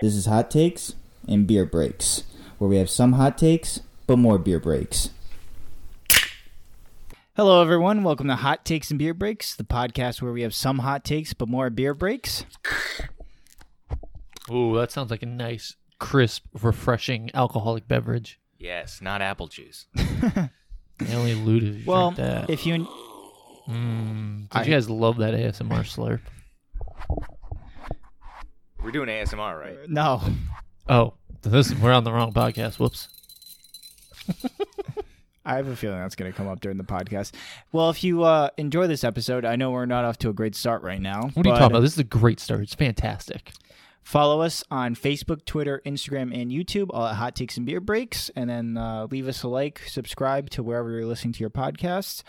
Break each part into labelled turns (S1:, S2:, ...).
S1: This is hot takes and beer breaks, where we have some hot takes but more beer breaks. Hello, everyone. Welcome to Hot Takes and Beer Breaks, the podcast where we have some hot takes but more beer breaks.
S2: Ooh, that sounds like a nice, crisp, refreshing alcoholic beverage.
S3: Yes, not apple juice.
S2: The only looted.
S1: Well,
S2: that. Mm.
S1: if you
S2: Did you guys love that ASMR slurp?
S3: We're doing ASMR, right?
S1: no,
S2: Oh, this we're on the wrong podcast. Whoops.
S1: I have a feeling that's going to come up during the podcast. Well, if you uh, enjoy this episode, I know we're not off to a great start right now.
S2: What are you talking about? This is a great start. It's fantastic.
S1: Follow us on Facebook, Twitter, Instagram, and YouTube, all at Hot Takes and Beer Breaks. And then uh, leave us a like, subscribe to wherever you're listening to your podcasts.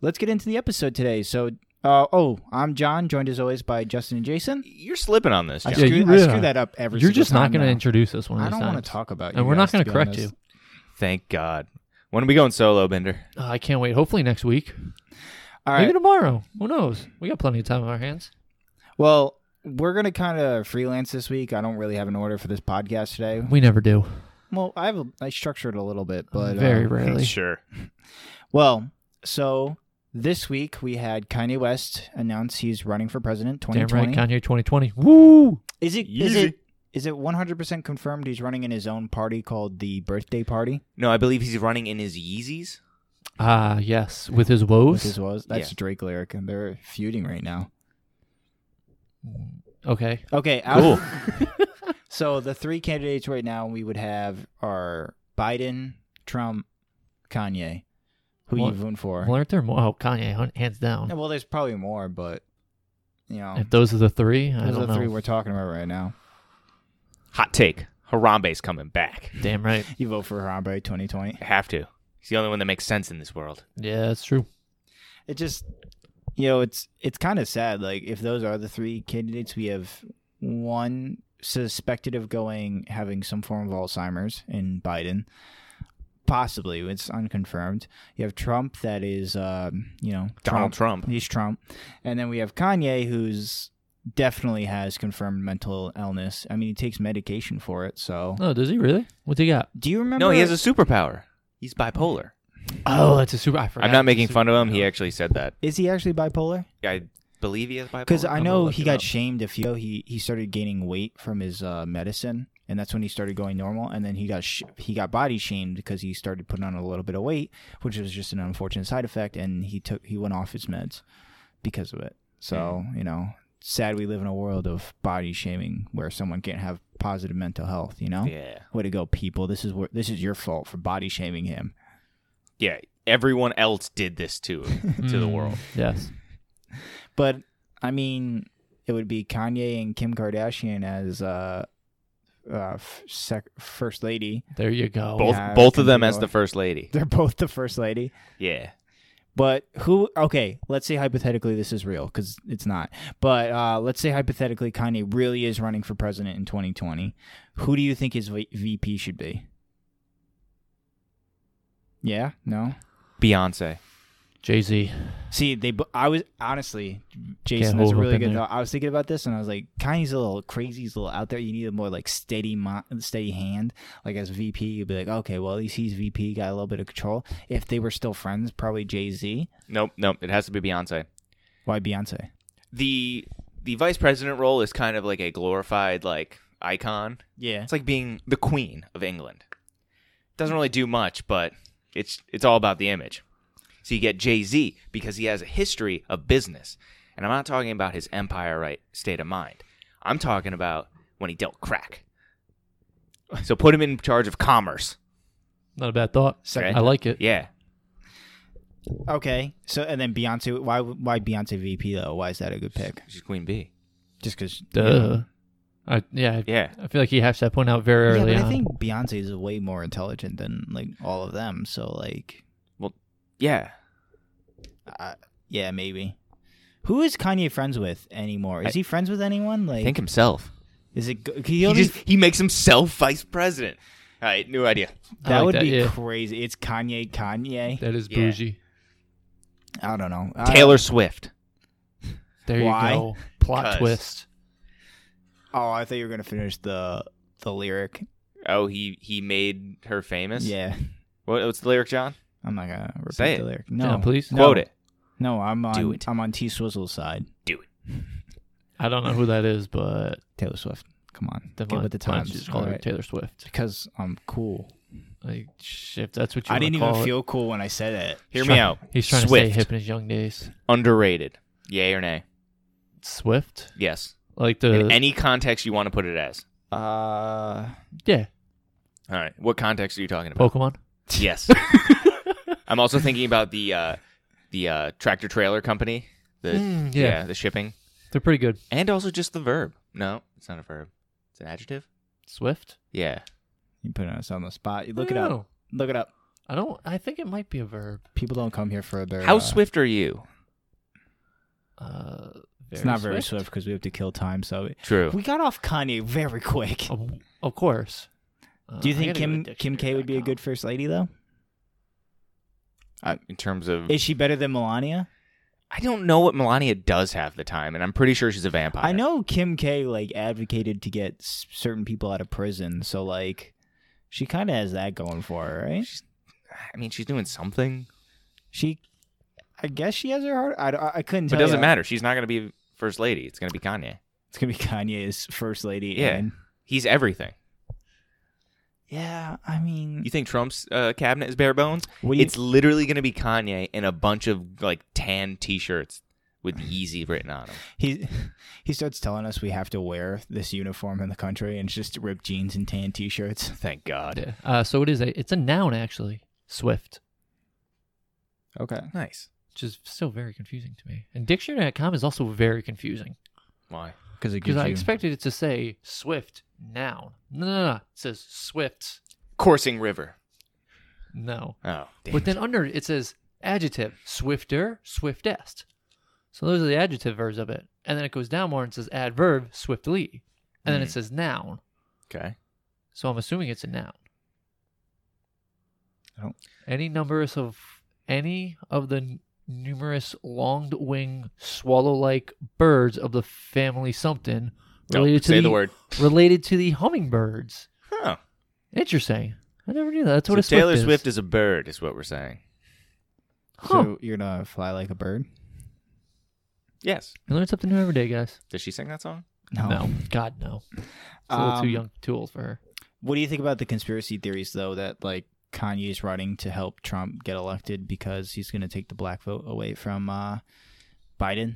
S1: Let's get into the episode today. So, uh, oh, I'm John, joined as always by Justin and Jason.
S3: You're slipping on this,
S1: I,
S3: John.
S2: Yeah,
S1: screw,
S2: you
S1: I
S2: really
S1: screw
S2: are.
S1: that up every
S2: You're
S1: single
S2: just not
S1: time
S2: going to
S1: now.
S2: introduce us one of
S1: I
S2: these
S1: don't want
S2: times.
S1: to talk about you.
S2: and we're not
S1: going
S2: going
S1: to
S2: to correct you.
S3: Thank God. When are we going solo, Bender?
S2: Oh, I can't wait. Hopefully next week.
S1: All
S2: Maybe
S1: right.
S2: tomorrow. Who knows? We got plenty of time on our hands.
S1: Well, we're going to kind of freelance this week. I don't really have an order for this podcast today.
S2: We never do.
S1: Well, I have a, I structured it a little bit, but
S2: Very
S1: uh,
S2: rarely.
S3: Sure.
S1: Well, so this week we had Kanye West announce he's running for president
S2: Damn
S1: 2020.
S2: right, Kanye 2020. Woo!
S1: Is it is
S3: Yeezy.
S1: it is it 100% confirmed he's running in his own party called the Birthday Party?
S3: No, I believe he's running in his Yeezys.
S2: Ah, yes, with his woes.
S1: Which is was that's
S3: Yeah.
S1: a Drake lyric and they're feuding right now.
S2: okay.
S1: Okay, out-
S3: Cool.
S1: so the three candidates right now we would have are Biden, Trump, Kanye. Who
S2: Well-
S1: you voting for?
S2: Well, aren't there more? Oh, Kanye, hun- hands down.
S1: No, well, there's probably more, but you know,
S2: If those are the three,
S1: Um,
S2: I
S1: those are
S2: don't
S1: the
S2: know.
S1: three we're talking about right now.
S3: Hot take. Harambe's coming back.
S2: Damn right.
S1: You vote for Harambe 2020.
S3: Have to. He's the only one that makes sense in this world.
S2: Yeah, that's true.
S1: it just you know it's it's kind of sad like if those are the three candidates we have one suspected of going having some form of alzheimer's in biden possibly it's unconfirmed you have trump that is um, you know
S3: Donald Trump.
S1: he's trump and then we have kanye who's definitely has confirmed mental illness i mean he takes medication for it so
S2: Oh, does he really? What's he got?
S1: do you remember
S3: No, he has a superpower. He's bipolar.
S2: Oh, that's a super. I forgot.
S3: I'm not making fun of him. He actually said that.
S1: is he actually bipolar
S3: I believe he has bipolar.
S1: Because I
S2: I'm gonna
S1: know
S2: look
S1: he
S2: it
S1: got
S2: up.
S1: shamed a few. He he started gaining weight from his uh, medicine, and that's when he started going normal. And then he got sh- he got body shamed because he started putting on a little bit of weight, which was just an unfortunate side effect. And he took he went off his meds because of it. So
S2: Hmm.
S1: you know, sad we live in a world of body shaming where someone can't have positive mental health. You know,
S3: Yeah.
S1: way to go, people. This is where this is your fault for body shaming him.
S3: Yeah. Everyone else did this to him, to the
S2: Mm,
S3: world.
S2: Yes.
S1: But I mean, it would be Kanye and Kim Kardashian as uh, uh, f- sec- first lady.
S2: There you go.
S3: Both
S1: yeah,
S3: both
S1: can
S3: of them
S1: do
S3: as
S1: it.
S3: the first lady.
S1: They're both the first lady.
S3: Yeah.
S1: But who? Okay, let's say hypothetically this is real because it's not. But uh, let's say hypothetically Kanye really is running for president in 2020. Who do you think his v- VP should be? Yeah, no.
S3: Beyonce.
S2: Jay Z.
S1: See, they. bo- I was honestly, Jason.
S2: Can't
S1: That's a
S2: hold
S1: really
S2: up in
S1: good
S2: there.
S1: thought. I was thinking about this, and I was like, Kanye's a little crazy. He's a little out there. You need a more like steady, mo- steady hand. Like as VP, you'd be like, okay, well at least he's VP, got a little bit of control. If they were still friends, probably Jay Z.
S3: Nope, nope. It has to be Beyonce.
S1: Why Beyonce?
S3: the the vice president role is kind of like a glorified like icon.
S1: Yeah.
S3: It's like being the queen of England. Doesn't really do much, but it's it's all about the image. So you get Jay Z because he has a history of business, and I'm not talking about his empire right state of mind. I'm talking about when he dealt crack. So put him in charge of commerce.
S2: Not a bad thought.
S1: Second.
S2: I like it.
S3: Yeah,
S1: Okay. So and then Beyonce. Why? Why Beyonce VP though? Why is that a good pick?
S3: she's Queen B.
S1: Just because.
S2: Duh. I, yeah. I-
S3: Yeah.
S2: I feel like he hashed that point out very
S1: Yeah,
S2: early
S1: but
S2: on.
S1: I think Beyonce is way more intelligent than like all of them. So like,
S3: Yeah,
S1: Uh, yeah, maybe. Who is Kanye friends with anymore? Is he friends with anyone? Like,
S3: I think himself.
S1: is it? He
S3: He
S1: only-
S3: just he makes himself vice president. All right, new idea.
S2: I
S1: that
S2: like
S1: would
S2: that,
S1: be
S2: yeah.
S1: crazy. It's Kanye. Kanye.
S2: that is
S3: Yeah.
S2: bougie.
S1: I don't know. I-
S3: Taylor Swift.
S2: There
S1: Why?
S2: you go. Plot
S3: Cuz.
S2: twist.
S1: oh, I thought you were gonna finish the the lyric.
S3: Oh, he he made her famous.
S1: Yeah,
S3: What, what's the lyric, John?
S1: I'm not gonna repeat
S3: Say it.
S1: the lyric. No,
S2: John, please.
S1: No.
S3: Quote it.
S1: No, I'm on.
S3: Do it.
S1: I'm on T Swizzle's side.
S2: I don't know who that is, but
S1: Taylor Swift. Come on,
S2: then
S1: get
S2: why-
S1: with the
S2: why don't you
S1: times.
S2: Just call her
S1: Alright.
S2: Taylor Swift.
S1: because I'm cool.
S2: Like, sh- if that's what you
S1: I
S2: wanna
S1: didn't
S2: call
S1: even
S2: it.
S1: feel cool when I said it.
S3: Hear
S2: Try-
S3: me out.
S2: He's trying to
S3: Swift.
S2: stay hip in his young days.
S3: Underrated. Yay or nay?
S2: Swift,
S3: Yes.
S2: like the
S3: In any context you want to put it as.
S1: Uh,
S2: yeah
S3: All right. What context are you talking about?
S2: Pokemon.
S3: Yes. I'm also thinking about the uh, the uh, tractor trailer company. The
S1: Hmm,
S2: Mm,
S3: yeah.
S2: yeah.
S3: the shipping,
S2: They're pretty good.
S3: and also just the verb. No, it's not a verb. It's an adjective.
S2: Swift.
S3: Yeah.
S1: you put us on the spot. You Look
S2: I
S1: it
S2: don't
S1: up.
S2: know.
S1: Look it up.
S2: Oh, I don't. I think it might be a verb.
S1: People don't come here for their.
S3: How
S1: uh,
S3: swift are you?
S2: Uh,
S1: It's not very swift because we have to kill time. So
S3: True.
S1: we got off Kanye very quick.
S2: Of, of course.
S3: Oh,
S2: Uh,
S1: Do you
S2: I
S1: think
S2: gotta go
S1: Kim
S2: to
S1: Kim K would be a good first lady though?
S3: Uh, In terms of,
S1: Is she better than Melania?
S3: I don't know what Melania does half the time, and I'm pretty sure she's a vampire.
S1: I know Kim K like advocated to get s- certain people out of prison, so like she kind of has that going for her, right?
S3: I mean, she's doing something,
S1: She, I guess she has her heart. I, d- I couldn't.
S3: but it
S1: Tell
S3: doesn't
S1: ya.
S3: matter. She's not going to be first lady. It's going to be Kanye.
S1: It's gonna be Kanye's first lady.
S3: Yeah.
S1: and-
S3: He's everything.
S1: yeah. I mean,
S3: You think Trump's uh, cabinet is bare bones?
S1: what do you-
S3: it's literally going to be Kanye in a bunch of like tan T-shirts with Yeezy written on them.
S1: he he starts telling us we have to wear this uniform in the country, and it's just ripped jeans and tan t-shirts.
S3: Thank God.
S2: Yeah. Uh, so it is a. It's a noun actually. Swift,
S1: Okay.
S3: Nice.
S2: which is still very confusing to me. And dictionary.com is also very confusing
S3: Why?
S1: Because it
S2: because
S1: gives
S2: I
S1: you.
S2: expected it to say Swift noun. No, no, no. It says Swift.
S3: Coursing river.
S2: No.
S3: Oh, damn.
S2: But then under it says adjective, swifter, swiftest. So those are the adjective verbs of it. And then it goes down more and says adverb, swiftly. And then it
S3: Mm.
S2: says noun.
S3: okay.
S2: So I'm assuming it's a noun.
S1: I don't-
S2: Any numbers of any of the n- numerous long wing swallow like birds of the family something
S3: Don't
S2: related to
S3: say the word.
S2: related to the hummingbirds.
S3: Huh.
S2: Interesting. I never knew that. That's what
S3: So
S2: a Swift
S3: Taylor
S2: is.
S3: Swift is a bird, is what we're saying.
S2: Huh.
S1: So you're gonna fly like a bird?
S3: Yes.
S2: You learn something new every day, guys.
S3: Does she sing that song?
S1: No.
S2: No, God, no. It's a little
S1: Um,
S2: too young, too old for her.
S1: What do you think about the conspiracy theories though that like Kanye's running to help Trump get elected because he's going to take the black vote away from uh, Biden?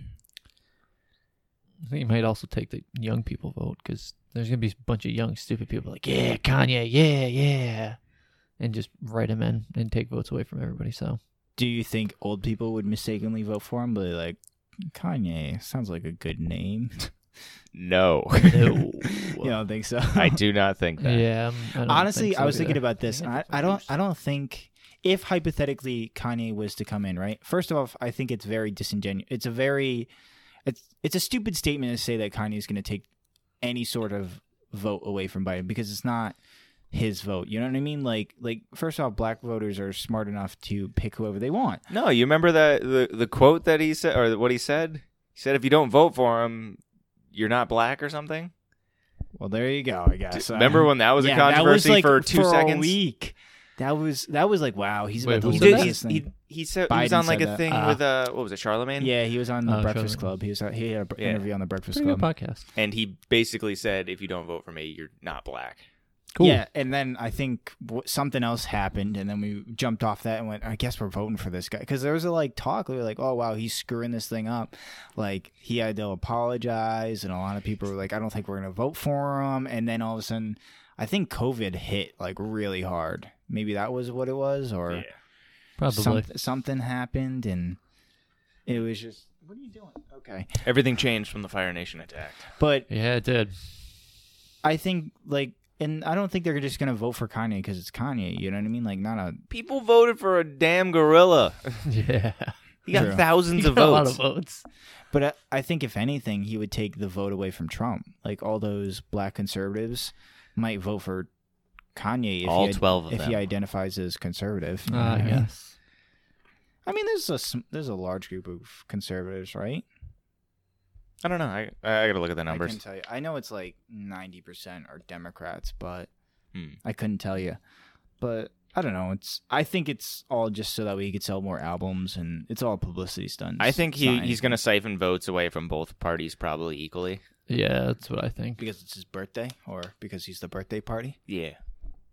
S2: I think you might also take the young people vote because there's gonna be a bunch of young stupid people like, yeah, Kanye, yeah, yeah, and just write him in and take votes away from everybody. So
S1: Do you think old people would mistakenly vote for him? But they're like Kanye sounds like a good name.
S3: No.
S2: no,
S1: you don't think so?
S3: I do not think that.
S2: yeah. um, I don't
S1: Honestly,
S2: think so
S1: I was thinking
S2: either.
S1: about this.
S2: I
S1: and I,
S2: think
S1: I don't. I don't think if hypothetically Kanye was to come in, right? First of all, I think it's very disingenuous. It's a very, it's it's a stupid statement to say that Kanye's going to take any sort of vote away from Biden because it's not his vote. You know what I mean? Like like first off, black voters are smart enough to pick whoever they want.
S3: No, you remember that the the quote that he said or what he said? He said if you don't vote for him, you're not black or something.
S1: Well, there you go. I guess. Uh,
S3: remember when that was
S1: yeah,
S3: a
S1: that was,
S3: controversy
S1: like,
S3: for 2
S1: a
S3: seconds?
S1: week. That was that was like wow. He's
S2: Wait,
S1: about
S2: who
S1: to
S3: He
S1: lose
S2: said
S3: did.
S2: that?
S1: this
S3: He's,
S1: thing.
S3: he he said he
S1: Biden
S3: was on like
S1: said
S3: a
S1: that.
S3: thing
S2: Ah.
S3: with uh what was it Charlemagne?
S1: Yeah, he was on the
S2: Oh,
S1: Breakfast
S2: Charlamagne.
S1: Club. He was on, he had an
S3: Yeah.
S1: interview on the Breakfast
S2: Pretty good
S1: Club.
S2: podcast.
S3: And he basically said if you don't vote for me, you're not black.
S2: Cool.
S1: Yeah, and then I think w- something else happened, and then we jumped off that and went. I guess we're voting for this guy because there was a like talk. We were like, oh wow, he's screwing this thing up. Like he had to apologize, and a lot of people were like, I don't think we're gonna vote for him. And then all of a sudden, I think COVID hit like really hard. Maybe that was what it was, or
S3: Yeah.
S2: Probably.
S1: somet- something happened, and it was just. What are you doing? Okay,
S3: Everything changed from the Fire Nation attack.
S1: but
S2: Yeah, it did.
S1: I think like, and I don't think they're just gonna vote for Kanye because it's Kanye. You know what I mean? Like, not a
S3: People voted for a damn gorilla.
S2: Yeah.
S3: He got
S1: True.
S3: thousands
S2: You
S3: of
S2: got a lot
S3: votes.
S2: of votes.
S1: But I, I think if anything, he would take the vote away from Trump. Like all those black conservatives might vote for Kanye if
S3: All
S1: he id-
S3: 12 of
S1: if he
S3: them.
S1: identifies as conservative. you know
S2: Ah,
S1: what I mean?
S2: yes.
S1: I mean, there's a sm- there's a large group of conservatives, right?
S3: I don't know. I I gotta look at the
S1: I
S3: numbers.
S1: can tell you. I know it's like ninety percent are Democrats, but
S3: Hmm.
S1: I couldn't tell you. But I don't know. It's I think it's all just so that way he could sell more albums, and it's all publicity stunts.
S3: I think
S1: It's
S3: he,
S1: not
S3: he's
S1: anything.
S3: gonna siphon votes away from both parties probably equally.
S2: Yeah, that's what I think.
S1: because it's his birthday, or because he's the birthday party.
S3: Yeah.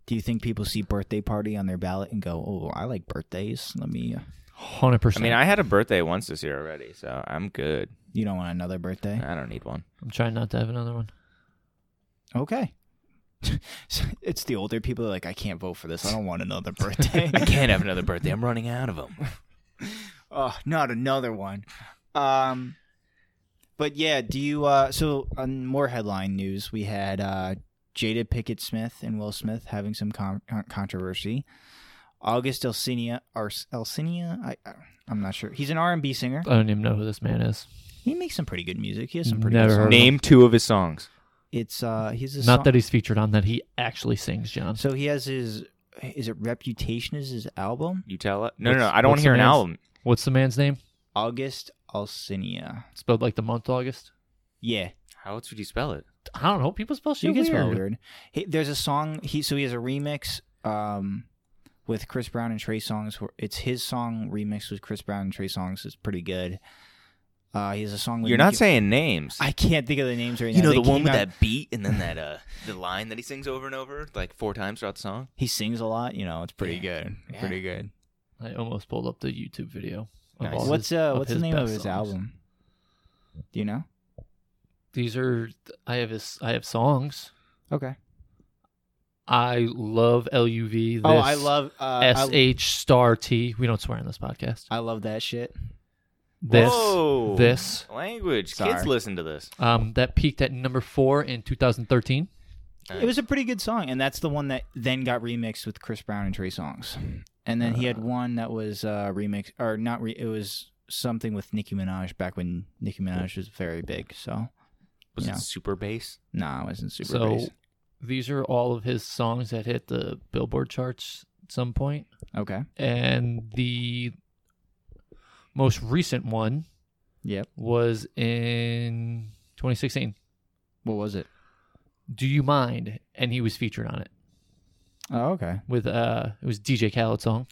S1: Do you think people see birthday party on their ballot and go, "Oh, I like birthdays. Let me." Uh,
S2: Hundred
S3: I
S2: percent.
S3: mean, I had a birthday once this year already, so I'm good.
S1: you don't want another birthday?
S3: I don't need one.
S2: I'm trying not to have another one.
S1: Okay. So it's the older people that are like, I can't vote for this. I don't want another birthday.
S3: I can't have another birthday. I'm running out of them.
S1: Oh, not another one. Um, but yeah, do you? Uh, so on more headline news, we had uh, Jada Pickett Smith and Will Smith having some con- con- controversy. August Elsinia, or Elsinia, I, I, I'm not sure. He's an R&B singer.
S2: I don't even know who this man is.
S1: He makes some pretty good music. He has some pretty
S2: Never
S1: good
S2: heard
S1: songs.
S2: of him.
S3: Name two of his songs.
S1: It's uh, he's a
S2: not
S1: song-
S2: that he's featured on that. He actually sings, John.
S1: So he has his. Is it Reputation? Is his album
S3: You tell it. No, no, no.
S2: What's-
S3: I don't want
S2: what's
S3: to hear
S2: the
S3: an
S2: man's-
S3: album.
S2: What's the man's name?
S1: August Alsinia?
S2: Spelled like the month August.
S1: Yeah,
S3: How else would you spell it?
S2: I don't know. People spell shit
S1: you can
S2: weird.
S1: spell weird. He, there's a song he so he has a remix um with Chris Brown and Trey Songs. where- It's his song remix with Chris Brown and Trey Songs. It's pretty good. Uh, he has a song. With
S3: You're not
S1: Nicki-
S3: saying names.
S1: I can't think of the names right now.
S3: you know
S1: They
S3: the one
S1: came
S3: with
S1: out-
S3: that beat and then that uh the line that he sings over and over like four times throughout the song.
S1: He sings a lot. You know, it's pretty good.
S3: Yeah.
S1: Pretty good.
S2: I almost pulled up the YouTube video. of
S3: Nice.
S2: all his-
S1: What's uh
S2: of
S1: What's the
S2: his
S1: name of
S2: best
S1: his
S2: songs.
S1: album? Do you know?
S2: These are I have his I have songs.
S1: Okay.
S2: I love LUV. This,
S1: Oh, I love uh,
S2: S
S1: I,
S2: H star T. We don't swear on this podcast.
S1: I love that shit.
S2: This
S3: Whoa.
S2: this
S3: language.
S1: Sorry.
S3: Kids listen to this.
S2: um that peaked at number four in 2013.
S1: It was a pretty good song, and that's the one that then got remixed with Chris Brown and Trey Songs. And then he
S2: Ah.
S1: had one that was uh, remix or not. Re- it was something with Nicki Minaj back when Nicki Minaj was very big. So
S3: Was
S1: Yeah.
S3: it super bass?
S1: nah, it wasn't super.
S2: so
S1: bass.
S2: these are all of his songs that hit the Billboard charts at some point.
S1: okay,
S2: and the most recent one
S1: yep.
S2: was in 2016.
S1: What was it?
S2: Do you mind? And he was featured on it
S1: Oh, okay.
S2: with uh, it was DJ Khaled song,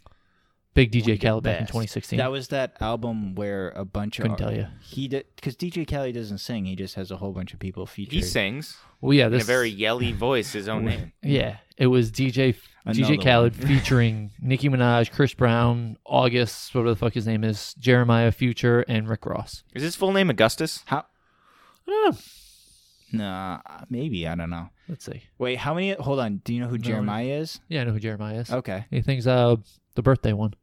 S2: big DJ Khaled back in
S3: best.
S2: 2016.
S1: That was that album where a bunch
S2: Couldn't
S1: of
S2: tell you.
S1: he did because DJ Kelly doesn't sing. He just has a whole bunch of people featured.
S3: He sings
S2: Well, yeah,
S3: in
S2: this
S3: a very yelly voice his own name.
S2: yeah, it was DJ
S1: Another
S2: DJ Khaled featuring Nicki Minaj, Chris Brown, August, whatever the fuck his name is, Jeremiah Future, and Rick Ross.
S3: Is his full name Augustus?
S1: How?
S2: I don't know.
S1: Nah, maybe I don't know.
S2: Let's see.
S1: Wait, how many? Hold on. Do you know who Jeremiah is?
S2: Yeah, I know who Jeremiah is.
S1: Okay.
S2: He thinks uh the birthday one.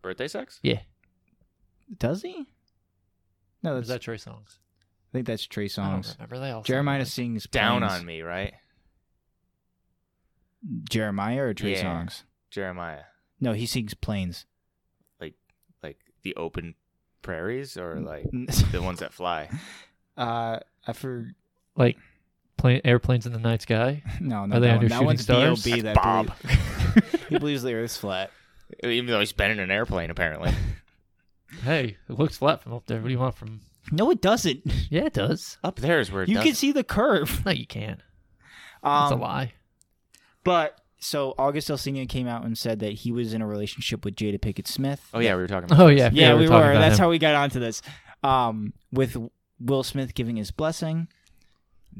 S3: Birthday sex?
S2: Yeah,
S1: Does he? No,
S2: is
S1: that's
S2: that Trey songs?
S1: I think that's Trey Songs.
S2: I don't remember they all.
S1: Jeremiah sings
S3: Down
S1: Planes.
S3: on me, right?
S1: Jeremiah or Trey
S3: Yeah.
S1: Songs?
S3: Jeremiah.
S1: No, he sings planes.
S3: Like the open prairies or like the
S1: uh,
S3: ones that fly.
S1: I for
S2: like plane, airplanes in the night sky.
S1: no,
S2: Are
S1: no,
S2: they
S1: that,
S2: under
S1: one. that
S2: shooting
S1: one's
S2: stars?
S1: B.O.B. That
S3: That's Bob.
S1: believes- he believes the Earth's flat.
S3: Even though he's been in an airplane apparently.
S2: Hey, it looks flat from up there. What do you want from?
S1: No, it doesn't.
S2: Yeah, it does.
S3: Up there is where it
S1: You
S3: does-
S1: can see the curve.
S2: No, you can't. That's
S1: Um,
S2: a lie.
S1: But so August Elsenia came out and said that he was in a relationship with Jada Pickett Smith.
S3: Oh yeah, we were talking about
S2: Oh
S3: this.
S2: yeah,
S1: yeah, we
S2: talking
S1: were.
S2: about
S1: That's
S2: him.
S1: how we got onto this. Um, with Will Smith giving his blessing.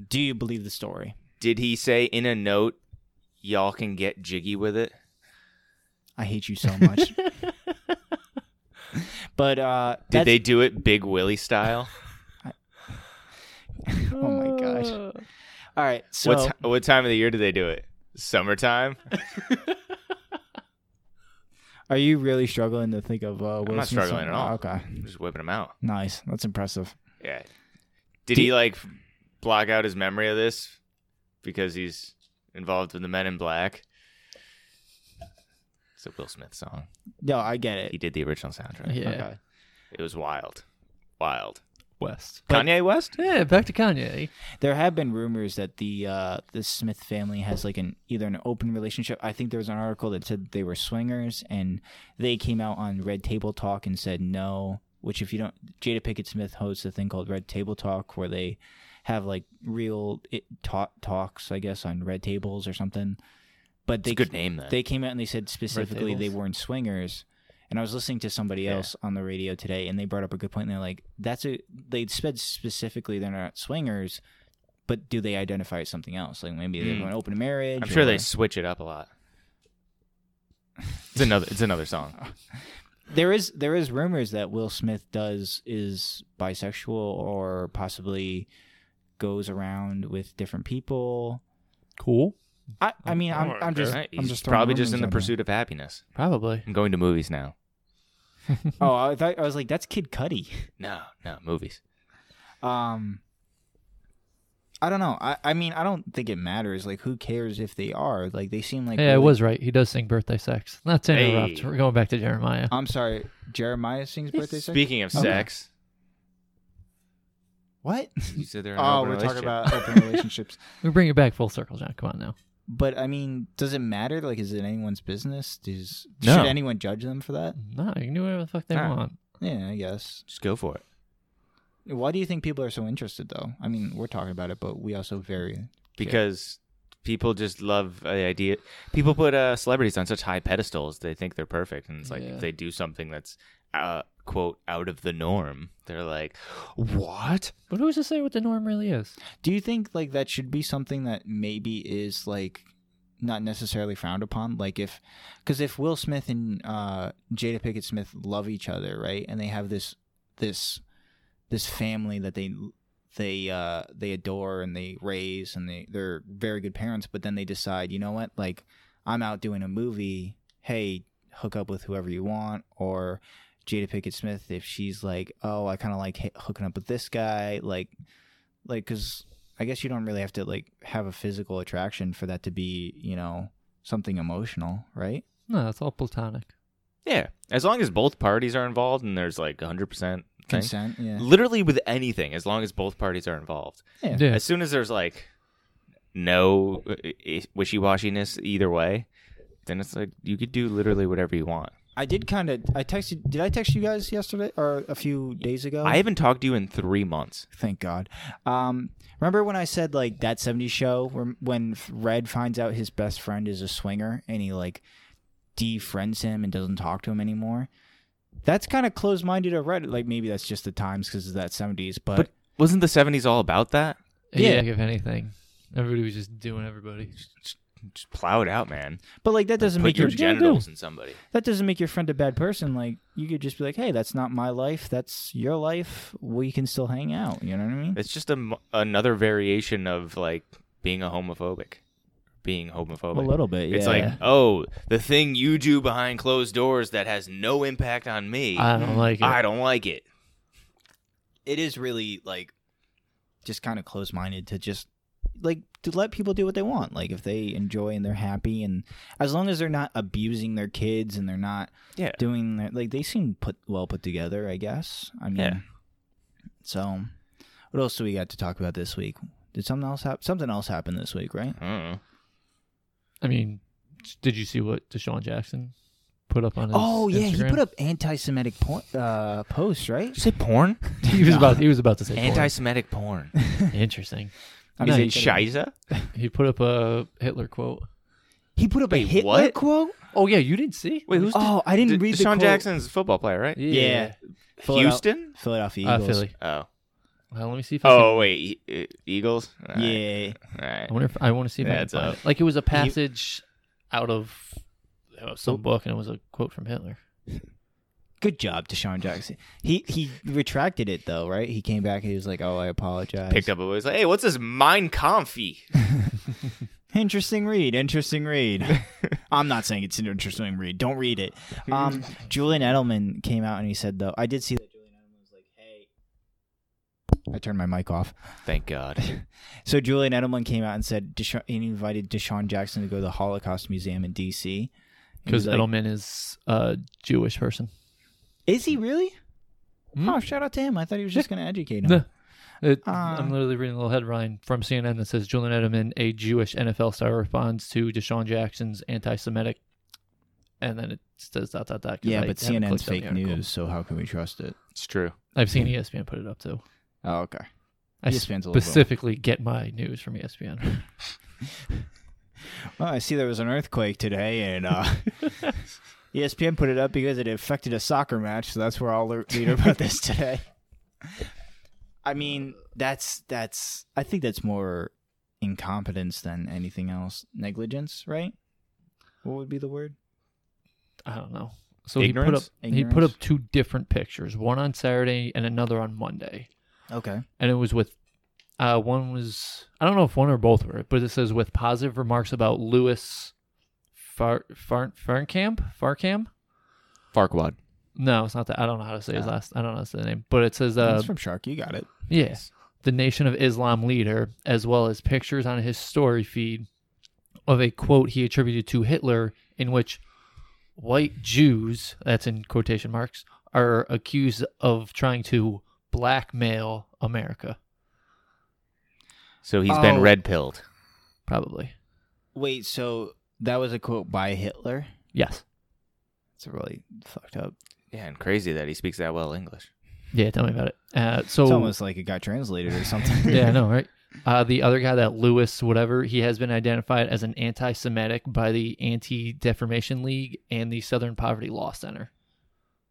S1: Do you believe the story?
S3: Did he say in a note y'all can get jiggy with it?
S1: I hate you so much. but uh
S3: Did
S1: that's-
S3: they do it Big Willie style?
S1: Oh my gosh.
S2: Uh,
S1: All right. So
S3: what ti- what time of the year do they do it? Summertime.
S1: are you really struggling to think of uh Will
S3: not
S1: Smith
S3: struggling
S1: song?
S3: at all.
S1: Oh, Okay.
S3: Just whipping him out.
S1: Nice. That's impressive.
S3: Yeah. Did
S1: Do-
S3: he like block out his memory of this because he's involved with the Men in Black? It's a Will Smith song.
S1: No, I get it.
S3: He did the original soundtrack.
S2: Yeah,
S1: Okay.
S3: It was wild, wild.
S2: West.
S3: Kanye West.
S2: Yeah, back to Kanye.
S1: There have been rumors that the uh the Smith family has like an either an open relationship. I think there was an article that said they were swingers and they came out on Red Table Talk and said no. which if you don't, Jada Pickett Smith hosts a thing called Red Table Talk where they have like real it, ta- talks, I guess, on red tables or something. But
S3: It's
S1: they
S3: a good name then.
S1: they came out and they said specifically they
S2: tables.
S1: weren't swingers. And I was listening to somebody
S3: Yeah.
S1: else on the radio today, and they brought up a good point. And they're like, "That's a." They said specifically they're not swingers, but do they identify as something else? Like maybe
S3: Hmm.
S1: they're an open marriage.
S3: I'm sure
S1: or-
S3: they switch it up a lot. It's another. It's another song.
S1: There is there is rumors that Will Smith does is bisexual or possibly goes around with different people.
S2: Cool.
S1: I, I mean I'm,
S2: Alright,
S1: I'm just
S3: Right?
S1: I'm
S3: Oh, He's
S1: just throwing
S3: probably just
S1: rumors
S3: in the
S1: out there.
S3: pursuit of happiness.
S2: Probably.
S3: I'm going to movies now.
S1: Oh, I, thought, I was like that's Kid Cudi.
S3: No, no movies.
S1: Um, I don't know. I, I mean I don't think it matters. Like who cares if they are? Like they seem like
S2: yeah, I
S1: really-
S2: was right. He does sing birthday sex. Not to
S3: Hey.
S2: interrupt. We're going back to Jeremiah.
S1: I'm sorry. Jeremiah sings birthday. Sex?
S3: Speaking of
S1: Okay.
S3: sex,
S1: What?
S3: you said they're in an
S1: Oh,
S3: open
S1: we're talking
S3: relationship.
S1: about open relationships.
S2: we bring it back full circle, John. Come on now.
S1: But I mean, does it matter? Like, is it anyone's business? Does
S3: No.
S1: should anyone judge them for that?
S2: No, you can do whatever the fuck they
S3: Ah.
S2: want.
S1: Yeah, I guess.
S3: Just go for it.
S1: Why do you think people are so interested, though? I mean, we're talking about it, but we also very.
S3: because people just love the idea. People put uh, celebrities on such high pedestals; they think they're perfect, and it's like
S2: Yeah.
S3: if they do something that's uh, quote out of the norm, they're like, "What?"
S2: But who's to say what the norm really is?
S1: Do you think like that should be something that maybe is like not necessarily frowned upon? Like if, because if Will Smith and uh, Jada Pickett Smith love each other, right, and they have this this this family that they they uh they adore and they raise and they they're very good parents but then they decide you know what like i'm out doing a movie hey hook up with whoever you want or jada pickett smith if she's like oh i kind of like h- hooking up with this guy like like because i guess you don't really have to like have a physical attraction for that to be you know something emotional right
S2: No, it's all platonic.
S3: Yeah, as long as both parties are involved, and there's like 100 percent
S1: consent yeah
S3: Literally with anything, as long as both parties are involved.
S1: yeah,
S2: Yeah.
S3: As soon as there's like no uh, uh, wishy-washiness either way, then it's like you could do literally whatever you want.
S1: i did kind of i texted did i text you guys yesterday or a few days ago
S3: I haven't talked to you in three months.
S1: Thank God. Um, remember when I said like that 70s show where, when Red finds out his best friend is a swinger and he like defriends him and doesn't talk to him anymore? That's kind of closed minded of Red. Like maybe that's just the times because of that 70s, but,
S3: But wasn't the 70s all about that?
S1: Yeah.
S2: Yeah. If anything, everybody was just doing everybody.
S3: Just plow it out, man.
S1: but like that doesn't
S3: Put
S1: make
S3: your
S1: your
S3: genitals in somebody.
S1: that doesn't make your friend a bad person. Like you could just be like, hey, that's not my life, that's your life. We can still hang out. You know what I mean?
S3: It's just a m another variation of like being a homophobic, being homophobic.
S1: a little bit. Yeah.
S3: It's like, oh, the thing you do behind closed doors that has no impact on me.
S2: I don't like it.
S3: I don't like it.
S1: it is really like just kind of close minded to just like to let people do what they want. Like if they enjoy and they're happy and as long as they're not abusing their kids and they're not
S3: Yeah.
S1: doing their like they seem put well put together, I guess. I mean
S3: Yeah.
S1: so what else do we got to talk about this week? Did something else happen something else happen this week, right?
S3: I don't know.
S2: I mean, did you see what Deshaun Jackson put up on his?
S1: Oh yeah, he
S2: Instagram?
S1: put up anti Semitic po- uh posts, right?
S3: Did you say porn?
S2: He was about. He was about to say
S3: Anti Semitic porn.
S2: porn. Interesting.
S1: I'm
S3: Is
S1: not
S3: it
S1: kidding.
S3: Shiza?
S2: He put up a Hitler quote.
S1: He put up a
S3: Wait,
S1: Hitler
S3: what?
S1: quote?
S2: Oh yeah, you didn't see?
S3: Wait, who's
S1: Oh, I didn't read the
S3: Sean
S1: quote.
S3: Jackson's a football player, right?
S1: Yeah. Philadel-
S3: Houston?
S1: Philadelphia
S2: Uh,
S1: Eagles.
S2: Philly.
S3: Oh.
S2: Well, let me see if I can-
S3: Oh, wait. E- e- Eagles? All right.
S1: Yeah.
S3: All right.
S2: I wonder if I want to see if
S3: That's
S2: I can find
S3: up.
S2: it. Like it was a passage out of uh, some book, and it was a quote from Hitler.
S1: Good job, Deshaun Jackson. He he retracted it though, right? He came back and he was like, "Oh, I apologize."
S3: Picked up a was like, hey, what's this Mein Kampfy?
S1: Interesting read. Interesting read. I'm not saying it's an interesting read. Don't read it.
S3: Hmm.
S1: Um, Julian Edelman came out and he said though, I did see that Julian Edelman was like, "Hey." I turned my mic off.
S3: Thank God.
S1: So Julian Edelman came out and said Deshaun, he invited Deshaun Jackson to go to the Holocaust Museum in D.C. And
S2: Because
S1: he's like,
S2: Edelman is a Jewish person.
S1: is he really?
S2: Hmm?
S1: Oh, shout out to him. I thought he was just going to educate him.
S2: No. It,
S1: Ah.
S2: I'm literally reading a little headline from CNN that says Julian Edelman, a Jewish NFL star, responds to Deshaun Jackson's anti-Semitic, and then it says dot dot dot. 'cause
S1: Yeah,
S2: I
S1: but
S2: haven't
S1: CNN's
S2: clicked
S1: fake
S2: on the article.
S1: news, so how can we trust it?
S3: It's true.
S2: I've seen E ESPN put it up too.
S1: Oh, okay.
S2: I
S1: ESPN's a little
S2: specifically get my news from E ESPN.
S1: Well, Oh, I see there was an earthquake today, and uh, E ESPN put it up because it affected a soccer match. So that's where I'll alert leader about this today. I mean, that's that's. I think that's more incompetence than anything else. Negligence, right? What would be the word?
S2: I don't know. So he put up
S3: Ignorance?
S2: he put
S1: Ignorance?
S2: up two different pictures, one on Saturday and another on Monday,
S1: Okay.
S2: and it was with uh, one was I don't know if one or both were, but it says with positive remarks about Lewis Far Far Farncamp Farcam.
S3: Farquad.
S2: No, it's not that. I don't know how to say his
S1: Oh.
S2: last. I don't know how to say the name, but it says uh,
S1: that's from Shark. You got it.
S2: Yeah. The Nation of Islam leader, as well as pictures on his story feed of a quote he attributed to Hitler in which white Jews, that's in quotation marks, are accused of trying to blackmail America.
S3: So he's
S1: Oh.
S3: been red pilled.
S2: Probably.
S1: Wait, so that was a quote by Hitler.
S2: Yes.
S1: It's really fucked up.
S3: Yeah, and crazy that he speaks that well English.
S2: Yeah, tell me about it. Uh, so
S1: It's almost like it got translated or something.
S2: yeah, I know, right? Uh, the other guy, that Lewis, whatever, he has been identified as an anti-Semitic by the Anti-Defamation League and the Southern Poverty Law Center.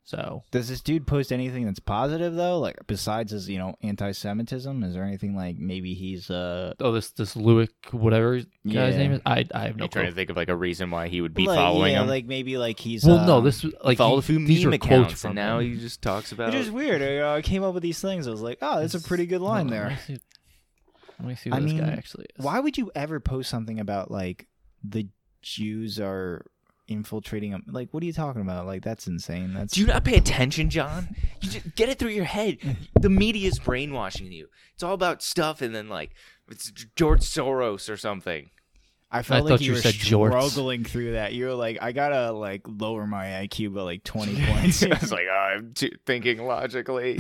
S2: So
S1: Does this dude post anything that's positive though? Like besides his, you know, anti-Semitism, is there anything like maybe he's uh
S2: oh this this Lewick whatever his
S1: Yeah.
S2: guy's name is I I have
S3: No
S2: no
S3: trying
S2: clue.
S3: to think of like a reason why he would be
S1: like,
S3: following
S1: yeah,
S3: him.
S1: Like maybe like he's
S2: well, no,
S1: um,
S2: this was like
S3: Follow a
S2: he,
S3: few
S2: these
S3: meme
S2: were quotes
S3: accounts,
S2: from
S3: and now
S2: him.
S3: he just talks about.
S1: It's just weird. I, uh, came up with these things. I was like, oh, that's a pretty good line
S2: Hold on,
S1: there.
S2: Let me see, let me see
S1: I
S2: what this guy
S1: mean,
S2: actually is.
S1: Why would you ever post something about like the Jews are infiltrating them? Like, what are you talking about? Like, that's insane. That's
S3: Do you not pay attention, John? You just get it through your head. The media is brainwashing you. It's all about stuff, and then like it's George Soros or something.
S1: I felt
S2: I
S1: like
S2: thought
S1: you,
S2: you
S1: were
S2: said jorts.
S1: struggling through that. You were like, I gotta like lower my IQ by like twenty points.
S3: I was like, "Oh, I'm too, thinking logically.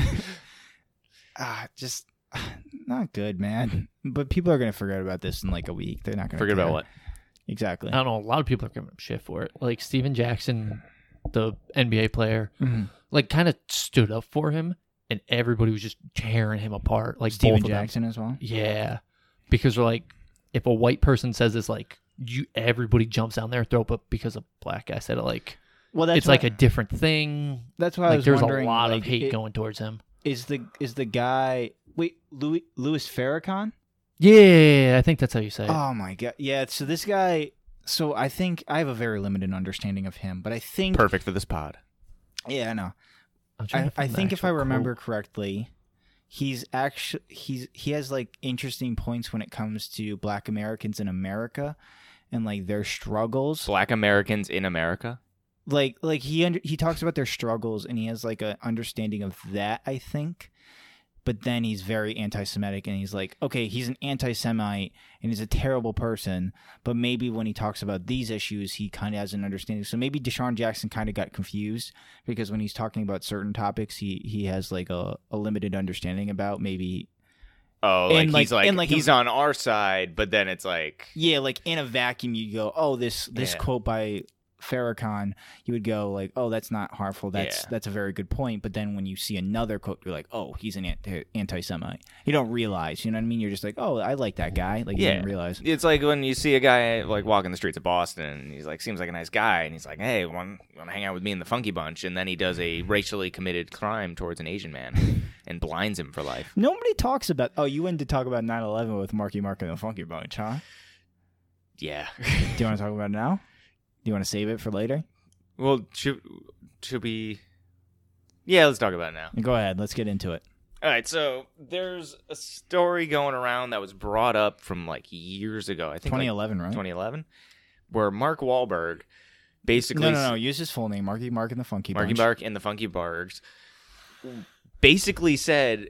S1: ah, just not good, man. But people are gonna forget about this in like a week. They're not gonna
S3: Forget about
S1: care.
S3: what.
S1: exactly.
S2: I don't know. A lot of people are giving him shit for it. Like Steven Jackson, the NBA player,
S1: Mhm.
S2: like kind of stood up for him, and everybody was just tearing him apart. Like
S1: Steven
S2: both of them.
S1: Jackson as well.
S2: Yeah, because they're like, if a white person says this, like you, everybody jumps down their throat, but because a black guy said it, like
S1: Well, that's
S2: it's like a different thing.
S1: that's why I
S2: Like
S1: was
S2: there's a
S1: wondering.
S2: lot
S1: like,
S2: of hate
S1: it-
S2: going towards him.
S1: Is the is the guy? Wait, Louis Louis Farrakhan.
S2: Yeah, I think that's how you say it.
S1: Oh my god, yeah. So this guy. So I think I have a very limited understanding of him, but I think
S3: Perfect for this pod.
S1: yeah, I know.
S2: I'm trying
S1: I,
S2: to
S1: I
S2: find the
S1: think if
S2: actual
S1: I remember
S2: quote.
S1: correctly, he's actually he's he has like interesting points when it comes to Black Americans in America and like their struggles.
S3: Black Americans in America.
S1: Like like he under, he talks about their struggles and he has like a understanding of that. I think. But then he's very anti-Semitic, and he's like, okay, he's an anti-Semite, and he's a terrible person. But maybe when he talks about these issues, he kind of has an understanding. So maybe Deshaun Jackson kind of got confused because when he's talking about certain topics, he he has like a, a limited understanding about maybe
S3: Oh, like,
S1: And, like-
S3: he's like,
S1: and, like,
S3: he's
S1: a-
S3: on our side, but then it's like
S1: yeah, like in a vacuum, you go, oh, this this
S3: Yeah.
S1: quote by Farrakhan, you would go like, oh, that's not harmful. That's
S3: Yeah.
S1: that's a very good point. But then when you see another quote, you're like, oh, he's an anti- anti-Semite. You don't realize, you know what I mean? You're just like, oh, I like that guy. Like you
S3: Yeah.
S1: didn't realize.
S3: it's like when you see a guy like walking the streets of Boston, and he's like seems like a nice guy, and he's like, hey, want want to hang out with me in the Funky Bunch, and then he does a racially committed crime towards an Asian man and blinds him for life.
S1: Nobody talks about. Oh, you went to talk about 9/11 with Marky Mark and the Funky Bunch, huh?
S3: Yeah.
S1: Do you want to talk about it now? Do you want to save it for later?
S3: well, should should we? Yeah, let's talk about it now.
S1: Go ahead. Let's get into it.
S3: All right, so there's a story going around that was brought up from like years ago. I think like,
S1: 2011, right?
S3: 2011, where Mark Wahlberg basically
S1: No, no, no. Use his full name, Marky Mark and the Funky
S3: Marky
S1: Bunch.
S3: Mark and the Funky Bargs basically said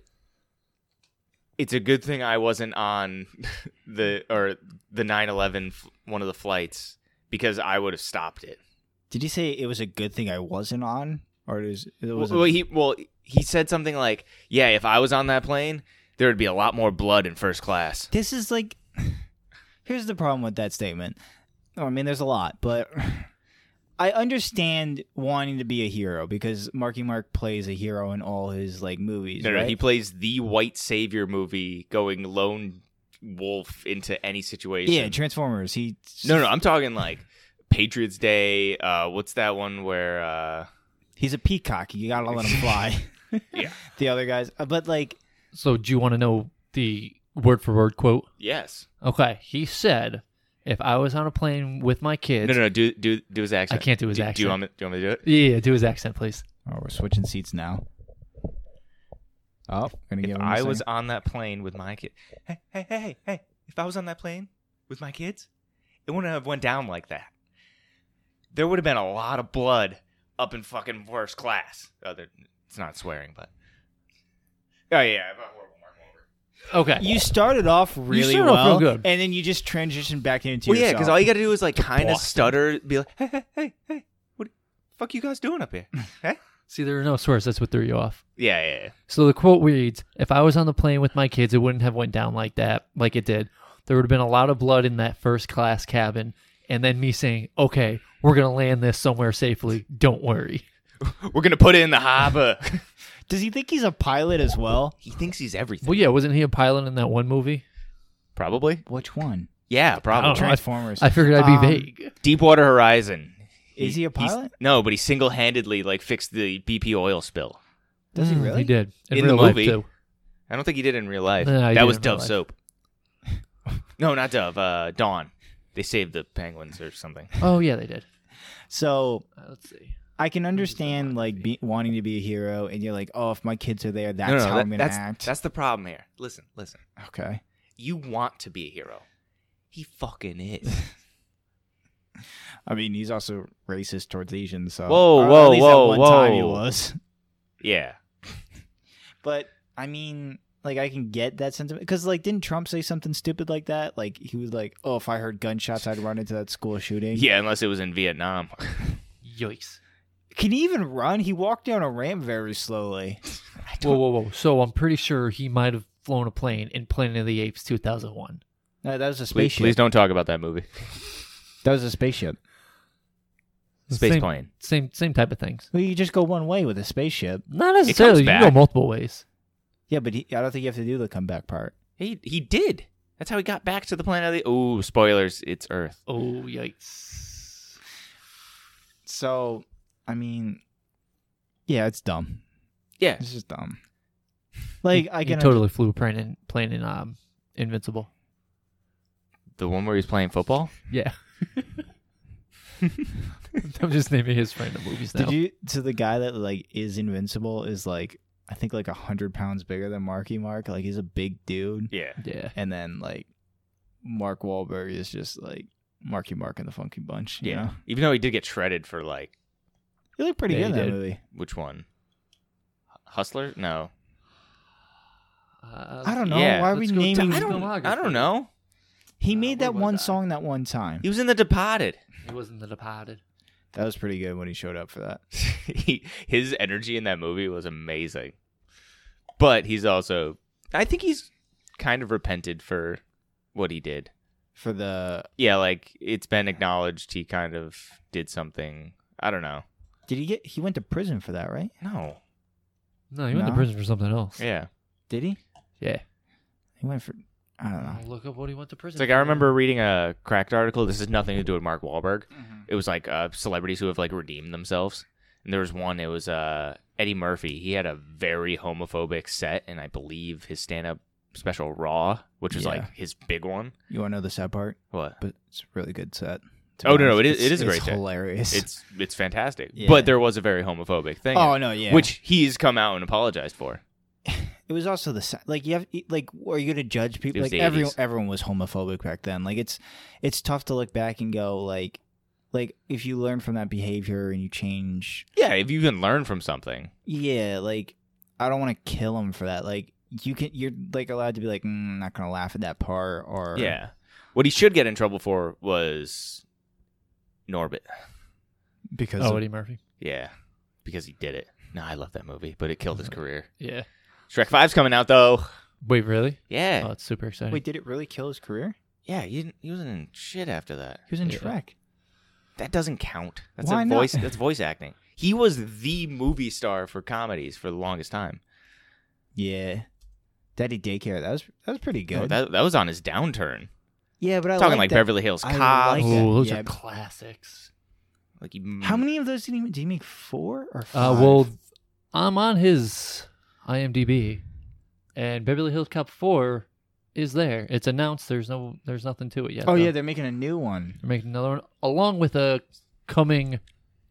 S3: it's a good thing I wasn't on the or the 9/11 f- one of the flights because I would have stopped it.
S1: Did you say it was a good thing I wasn't on, or it was? It was
S3: well, he well he said something like, "Yeah, if I was on that plane, there would be a lot more blood in first class."
S1: this is like. Here's the problem with that statement. Oh, I mean, there's a lot, but I understand wanting to be a hero because Marky Mark plays a hero in all his like movies.
S3: No, no,
S1: right?
S3: he plays the white savior movie going lone wolf into any situation.
S1: yeah, Transformers. He
S3: no, no, I'm talking like Patriots Day. Uh, what's that one where? Uh,
S1: he's a peacock. You gotta let him fly.
S3: Yeah.
S1: the other guys, Uh, but like
S2: So, do you want to know the word for word quote?
S3: yes.
S2: Okay, he said, "If I was on a plane with my kids,
S3: No, no, no. Do do do his accent.
S2: I can't do his
S3: do, Do you
S2: accent.
S3: want me, do you want me to do it?
S2: yeah, yeah, do his accent, please."
S1: oh, we're switching seats now. Oh, gonna give
S3: If
S1: him. a
S3: I was
S1: second.
S3: on that plane with my kid. Hey, hey, hey, hey, hey! If I was on that plane with my kids, it wouldn't have went down like that. There would have been a lot of blood up in fucking first class. Other, it's not swearing, but oh yeah, I'm a horrible Mark Wahlberg.
S2: Okay,
S1: You started off really
S2: started off
S1: well,
S2: real good.
S1: and then you just transitioned back into
S3: Well, yeah,
S1: yourself.
S3: because all you got to do is like kind of
S2: Boston.
S3: stutter, be like, hey, hey, hey, hey, what the fuck you guys doing up here? Huh?
S2: see, there are no swears. That's what threw you off.
S3: yeah, yeah, yeah.
S2: So the quote reads, "If I was on the plane with my kids, it wouldn't have went down like that, like it did. There would have been a lot of blood in that first class cabin, and then me saying, "Okay, we're going to land this somewhere safely. Don't worry."
S3: We're gonna put it in the harbor.
S1: Does he think he's a pilot as well?
S3: he thinks he's everything.
S2: Well, yeah, wasn't he a pilot in that one movie?
S3: Probably.
S1: Which one?
S3: Yeah,
S2: I
S3: probably.
S2: don't know.
S1: Transformers.
S2: I figured I'd be
S1: Um,
S2: vague.
S3: Deepwater Horizon.
S1: Is he a
S3: he's-
S1: pilot?
S3: No, but he single-handedly like fixed the BP oil spill.
S1: Does he
S2: Mm,
S1: really?
S2: He did in,
S3: In
S2: real
S3: the
S2: life
S3: movie.
S2: too.
S3: I don't think he did it in real life.
S2: No, he did
S3: that was
S2: in real
S3: Dove
S2: life.
S3: soap. no, not Dove. Uh, Dawn. They saved the penguins or something.
S2: Oh yeah, they did.
S1: So
S2: Uh, let's see.
S1: I can understand like be, wanting to be a hero, and you're like, oh, if my kids are there, that's
S3: no, no,
S1: how
S3: that-
S1: I'm gonna
S3: that's,
S1: act.
S3: That's the problem here. Listen, listen.
S1: okay.
S3: You want to be a hero. He fucking is.
S1: I mean, he's also racist towards Asians. So
S3: Whoa,
S1: Or at
S3: whoa,
S1: least
S3: whoa,
S1: at one Time he
S3: whoa.
S1: was,
S3: yeah.
S1: but I mean, like I can get that sentiment because like didn't Trump say something stupid like that? Like he was like, oh, if I heard gunshots, I'd run into that school shooting.
S3: Yeah, unless it was in Vietnam.
S2: Yikes.
S1: Can he even run? He walked down a ramp very slowly.
S2: Whoa, whoa, whoa. So I'm pretty sure he might have flown a plane in Planet of the Apes 2001.
S1: No, that was a
S3: Please,
S1: spaceship.
S3: please don't talk about that movie.
S1: That was a spaceship.
S3: Space
S2: same,
S3: plane.
S2: Same same type of things.
S1: Well, you just go one way with a spaceship.
S2: Not necessarily. You can go
S3: back.
S2: multiple ways.
S1: Yeah, but he, I don't think you have to do the comeback part.
S3: He he did. That's how he got back to the planet of the. Ooh, spoilers! It's Earth.
S2: Oh yikes!
S1: So, I mean, yeah, it's dumb.
S3: Yeah,
S1: It's just dumb. Like I
S2: He
S1: can
S2: totally flew a plane in plane in um Invincible.
S3: the one where he's playing football.
S2: Yeah. I'm just naming his random movies now.
S1: Did you to the guy that like is invincible is like I think like a hundred pounds bigger than Marky Mark. Like he's a big dude,
S3: Yeah,
S2: yeah.
S1: and then like Mark Wahlberg is just like Marky Mark and the Funky Bunch. you
S3: yeah.
S1: know?
S3: Even though he did get shredded for like
S1: he looked pretty good
S2: Yeah,
S1: in
S2: he
S1: that
S2: did.
S1: movie.
S3: which one? Hustler? No.
S2: Uh,
S1: I don't know
S3: Yeah.
S1: why are we
S2: Let's go
S1: naming.
S2: to-
S3: I
S2: Filmography.
S3: don't. I don't know.
S1: He
S2: Uh,
S1: made
S2: where
S1: that
S2: was
S1: one
S2: I?
S1: song that one time.
S3: He was in The Departed.
S2: It wasn't The Departed.
S1: That was pretty good when he showed up for that.
S3: he, his energy in that movie was amazing. But he's also, I think he's kind of repented for what he did.
S1: For the
S3: Yeah, like it's been acknowledged he kind of did something. I don't know.
S1: did he get? He went to prison for that, right?
S3: No.
S2: No, he went
S1: No?
S2: to prison for something else.
S3: Yeah.
S1: Did he?
S2: Yeah.
S1: He went for I don't know.
S2: Look up what he went to prison.
S3: It's like I remember reading a cracked article. This has nothing to do with Mark Wahlberg. It was like uh, celebrities who have like redeemed themselves. And there was one. It was uh, Eddie Murphy. He had a very homophobic set, and I believe his stand-up special Raw, which was
S1: Yeah.
S3: like his big one.
S1: You want to know the sad part?
S3: What?
S1: But it's a really good set. to
S3: Oh,
S1: be
S3: no, no,
S1: honest.
S3: it is- it
S1: It's-
S3: is a great
S1: it's
S3: set.
S1: hilarious.
S3: It's it's fantastic.
S1: Yeah.
S3: But there was a very homophobic thing,
S1: oh no, yeah.
S3: which he's come out and apologized for.
S1: it was also the sa- like you have like are you gonna judge people?
S3: It was
S1: Like
S3: the
S1: everyone
S3: 80s.
S1: everyone was homophobic back then. Like it's it's tough to look back and go like like if you learn from that behavior and you change.
S3: Yeah, if you can learn from something,
S1: Yeah, like I don't want to kill him for that. Like you can you're like allowed to be like mm, I'm not gonna laugh at that part or
S3: yeah. What he should get in trouble for was Norbit.
S1: because
S2: Oh,
S1: of-
S2: Eddie Murphy.
S3: Yeah, because he did it. No, I love that movie, but it killed his career.
S2: Yeah.
S3: Shrek Five's coming out though.
S2: Wait, really?
S3: Yeah,
S2: Oh, it's super exciting.
S1: wait did it really kill his career?
S3: yeah. He, didn't- he wasn't in shit after that.
S1: He was in
S2: Yeah.
S1: Shrek.
S3: That doesn't count. That's
S1: Why
S3: a
S1: not?
S3: voice. That's voice acting. He was the movie star for comedies for the longest time.
S1: Yeah. Daddy daycare. That was that was pretty good.
S3: No, Oh, that that was on his downturn.
S1: yeah, but I
S3: Talking
S1: like,
S3: like
S1: that.
S3: Beverly Hills
S1: I
S3: Cop.
S1: like
S3: Like,
S1: that.
S2: Oh, those
S1: Yeah.
S2: are classics.
S3: he,
S1: How many of those did he did he make? Four or
S2: Uh,
S1: five?
S2: well, I'm on his IMDb, and Beverly Hills Cop Four is there. It's announced. There's no. There's nothing to it yet.
S1: oh
S2: though.
S1: yeah, they're making a new one.
S2: They're making another one along with a coming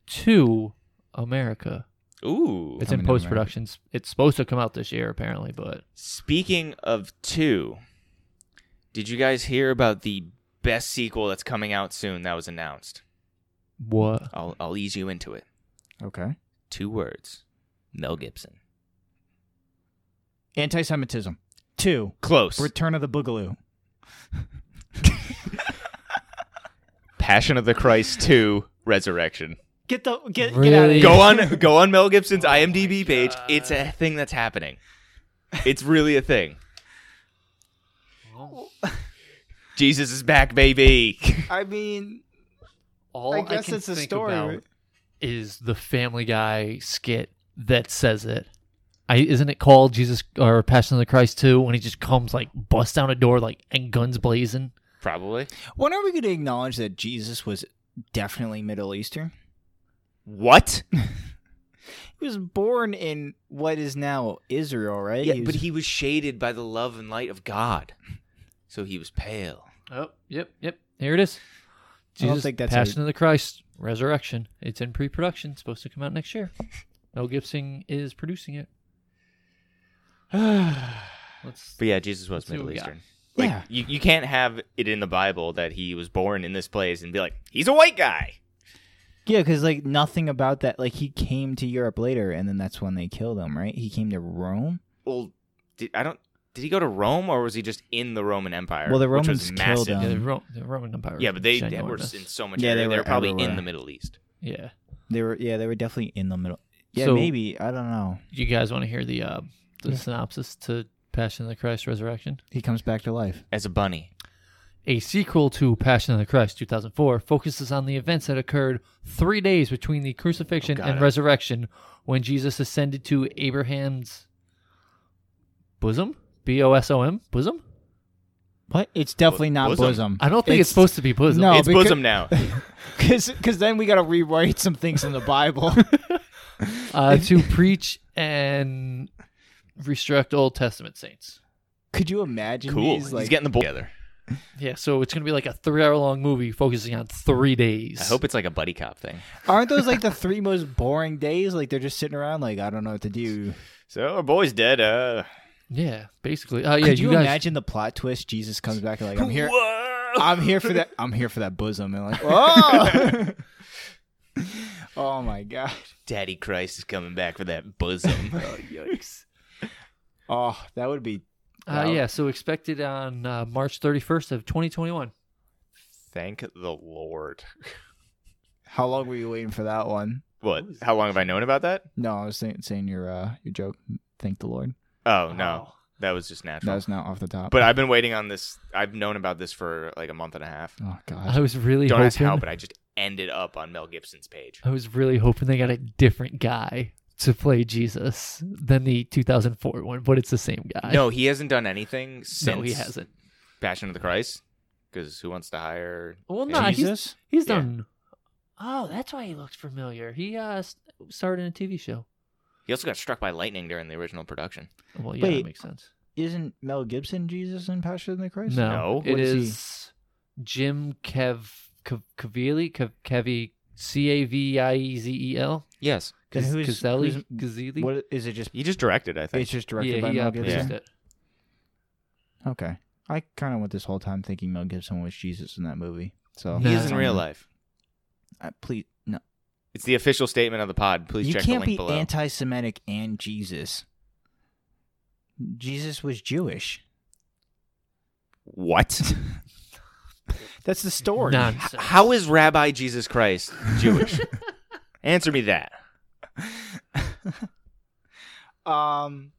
S2: to America.
S3: Ooh.
S2: It's in
S1: Coming to America.
S2: post production. It's supposed to come out this year, apparently, but
S3: Speaking of two, did you guys hear about the best sequel that's coming out soon that was announced?
S2: what?
S3: I'll I'll ease you into it.
S1: Okay.
S3: Two words. Mel Gibson.
S1: Anti-Semitism. Two.
S3: Close.
S1: Return of the Boogaloo.
S3: Passion of the Christ 2 Resurrection.
S1: Get the get get out of
S2: Really?
S1: here.
S3: Go on go on Mel Gibson's
S1: Oh
S3: IMDb page. It's a thing that's happening. It's really a thing. Jesus is back, baby.
S1: I mean,
S2: All
S1: I
S2: I,
S1: guess
S2: can
S1: it's a
S2: think
S1: story.
S2: about is the Family Guy skit that says it. I isn't it called Jesus or Passion of the Christ too? When he just comes like busts down a door like and guns blazing.
S3: Probably.
S1: when are we going to acknowledge that Jesus was definitely Middle Eastern?
S3: What?
S1: He was born in what is now Israel, right?
S3: Yeah,
S1: He
S3: but
S1: was-
S3: he was shaded by the love and light of God. So he was pale.
S2: Oh, yep, yep. Here it is.
S1: I don't
S2: Jesus,
S1: think that's
S2: Passion of the Christ, Resurrection. It's in pre-production. It's supposed to come out next year. Mel Gibson is producing it. Let's.
S3: But yeah, Jesus
S2: Let's
S3: was
S2: see what
S3: Middle
S2: we got.
S3: Eastern. Like,
S1: yeah.
S3: you, you can't have it in the Bible that he was born in this place and be like, he's a white guy.
S1: Yeah, because like nothing about that. Like he came to Europe later, and then that's when they killed him, right? He came to Rome.
S3: Well, did, I don't. Did he go to Rome or was he just in the Roman Empire?
S1: Well, the
S3: which
S1: Romans
S3: was
S1: killed
S3: massive.
S1: him.
S2: Yeah, the, Ro- the Roman Empire.
S3: Yeah, but they, they were in
S2: ginormous.
S3: so much.
S1: Yeah,
S3: area.
S1: they
S3: They were,
S1: were
S3: probably
S1: everywhere.
S3: in the Middle East.
S2: Yeah.
S1: They were yeah, they were definitely in the middle. Yeah,
S2: So-
S1: maybe I don't know.
S2: You guys want to hear the uh, the synopsis to Passion of the Christ Resurrection?
S1: He comes back to life.
S3: As a bunny.
S2: A sequel to Passion of the Christ 2004 focuses on the events that occurred three days between the crucifixion
S3: Oh, God.
S2: and resurrection when Jesus ascended to Abraham's bosom? B O S O M? Bosom?
S1: What? It's definitely not bosom.
S3: bosom.
S2: I don't think it's, supposed to be bosom.
S1: No,
S3: it's
S1: because-
S3: bosom now.
S1: because because then we got to rewrite some things in the Bible.
S2: Uh, to preach and resurrect Old Testament saints.
S1: Could you imagine?
S3: cool.
S1: These, like,
S3: he's getting the boy together.
S2: Yeah, so it's going to be like a three hour long movie focusing on three days.
S3: I hope it's like a buddy cop thing.
S1: aren't those like the three most boring days? Like they're just sitting around, like I don't know what to do.
S3: So our boy's dead. Uh,
S2: Yeah, basically. Uh, yeah,
S1: Could you,
S2: guys,
S1: imagine the plot twist? Jesus comes back and like I'm here.
S3: Whoa!
S1: I'm here for that. I'm here for that bosom. And like, oh, oh my god.
S3: Daddy Christ is coming back for that bosom. yikes.
S1: Oh, that would be.
S2: Uh, yeah, so expected on uh, March 31st of 2021.
S3: Thank the Lord.
S1: How long were you waiting for that one?
S3: What? How long have I known about that?
S1: No, I was saying, saying your uh, your joke. Thank the Lord.
S3: Oh no,
S2: Wow.
S3: that was just natural.
S1: That was not off the top.
S3: but I've been waiting on this. I've known about this for like a month and a half.
S1: oh god.
S2: I was really
S3: Don't
S2: hoping,
S3: ask how, but I just ended up on Mel Gibson's page.
S2: I was really hoping they got a different guy to play Jesus than the 2004 one, but it's the same guy.
S3: No, he hasn't done anything since
S2: no, he hasn't.
S3: Passion of the Christ. Because who wants to hire?
S2: Well, no,
S3: Yeah.
S2: he's,
S1: Jesus.
S2: he's
S3: Yeah.
S2: done. Oh, that's why he looks familiar. He uh s- started in a TV show.
S3: He also got struck by lightning during the original production.
S2: Well, yeah,
S1: Wait.
S2: that makes sense.
S1: Isn't Mel Gibson Jesus in Passion of the Christ?
S2: No,
S3: No.
S2: it
S1: What is he?
S2: is Jim Kev Kev Cavili Kev Kevi C A V I E Z E L.
S3: Yes,
S1: Then who is-
S2: Gazeli
S1: who's-
S2: Gazeli.
S1: What is it? Just
S3: he just directed. I think.
S1: it's just directed
S2: yeah,
S1: by
S2: he
S1: Mel
S2: uh, produced
S1: Gibson.
S2: it.
S1: Okay. I kind of went this whole time thinking Mel Gibson was Jesus in that movie. So
S3: He
S2: No.
S3: is in real life.
S1: I, please, no.
S3: It's the official statement of the pod. Please
S1: you
S3: check
S1: can't
S3: the link
S1: be
S3: below.
S1: anti-Semitic and Jesus. Jesus was Jewish.
S3: what?
S1: That's the story.
S2: Nonsense.
S3: How is Rabbi Jesus Christ Jewish? Answer me that.
S1: Um,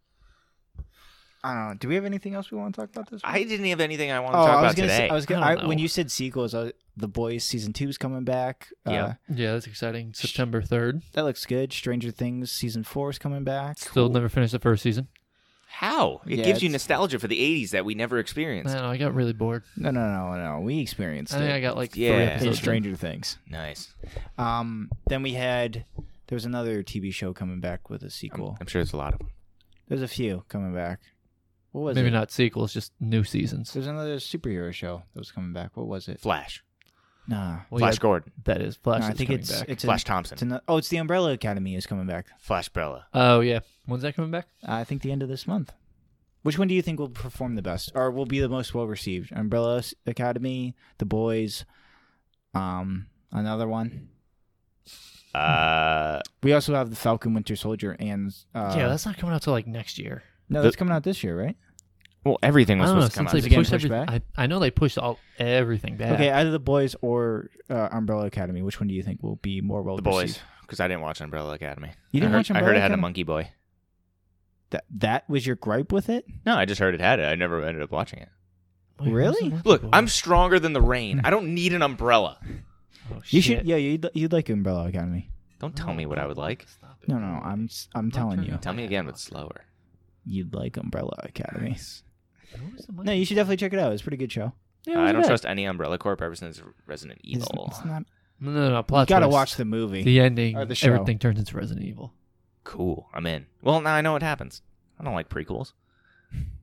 S1: I don't know. Do we have anything else we want to talk about this?
S3: I didn't have anything I want to
S1: oh,
S3: talk
S1: I was
S3: about
S1: gonna
S3: today.
S1: Say, I was gonna,
S2: I
S1: I
S2: don't
S1: when
S2: know.
S1: you said sequels, I, the boys season two is coming back.
S3: Yeah.
S1: Uh,
S2: Yeah, that's exciting. September third.
S1: that looks good. Stranger Things season four is coming back.
S2: Still never finished the first season.
S3: How? It
S1: Yeah,
S3: gives you
S1: it's-
S3: nostalgia for the 80s that we never
S2: I
S3: experienced.
S2: don't know. I got really bored.
S1: No, no, no, no. We experienced
S2: I think I
S1: it
S2: got like
S3: Yeah.
S2: three
S3: In
S1: in
S2: episodes. in.
S1: Stranger Things.
S3: Nice.
S1: Um, then we had there was another TV show coming back with a sequel.
S3: I'm sure it's a lot of them.
S1: There's a few coming back. What was
S2: Maybe
S1: it?
S2: not sequels, just new seasons.
S1: There's another superhero show that was coming back. What was it?
S3: Flash.
S1: Nah,
S2: Well,
S3: Flash
S2: yeah,
S3: Gordon.
S2: that is Flash.
S1: No, I
S2: is
S1: think
S2: coming
S1: it's
S2: back.
S1: it's, an-
S3: Flash
S1: it's
S3: Thompson.
S1: an- oh, it's the Umbrella Academy is coming back.
S3: Flash Brella.
S2: Oh yeah, when's that coming back?
S1: I think the end of this month. Which one do you think will perform the best or will be the most well received? Umbrella S- Academy, The Boys, um, another one.
S3: Uh,
S1: We also have the Falcon Winter Soldier and uh,
S2: yeah, that's not coming out till like next year.
S1: no,
S3: the-
S1: that's coming out this year, right?
S3: well, everything
S2: I
S3: was
S2: don't know.
S3: supposed to come
S2: Since
S3: out.
S2: they
S1: Is it getting
S2: pushed
S1: pushed
S2: everything, I, I know they pushed all everything back.
S1: Okay, either The Boys or uh, Umbrella Academy. Which one do you think will be more well
S3: the
S1: received?
S3: boys. Because I didn't watch Umbrella Academy.
S1: You didn't
S3: I heard,
S1: watch
S3: I
S1: Umbrella
S3: heard it had a
S1: Academy?
S3: monkey boy.
S1: That that was your gripe with it?
S3: No, I just heard it had it. I never ended up watching it.
S2: Wait,
S1: really?
S2: who's the monkey
S3: Look,
S2: boy?
S3: I'm stronger than the rain. I don't need an umbrella.
S2: Oh,
S1: You
S2: shit.
S1: should. Yeah, you'd, you'd like Umbrella Academy.
S3: Don't tell me what I would like.
S2: Stop it.
S1: No, no, I'm s- I'm telling you,
S3: Tell me again, but slower.
S1: you'd like Umbrella Academy.
S2: Who was the monkey
S1: No, you
S2: boy?
S1: should definitely check it out. It's a pretty good show.
S2: Yeah,
S3: I
S2: who's
S3: don't
S2: that?
S3: trust any Umbrella Corp ever since Resident
S1: It's,
S3: Evil.
S1: it's not.
S2: No, no, no.
S1: You
S2: Plot
S1: gotta
S2: twist.
S1: watch the movie.
S2: the ending.
S1: or the show.
S2: everything turns into Resident Evil.
S3: Cool. I'm in. Well, now I know what happens. I don't like prequels.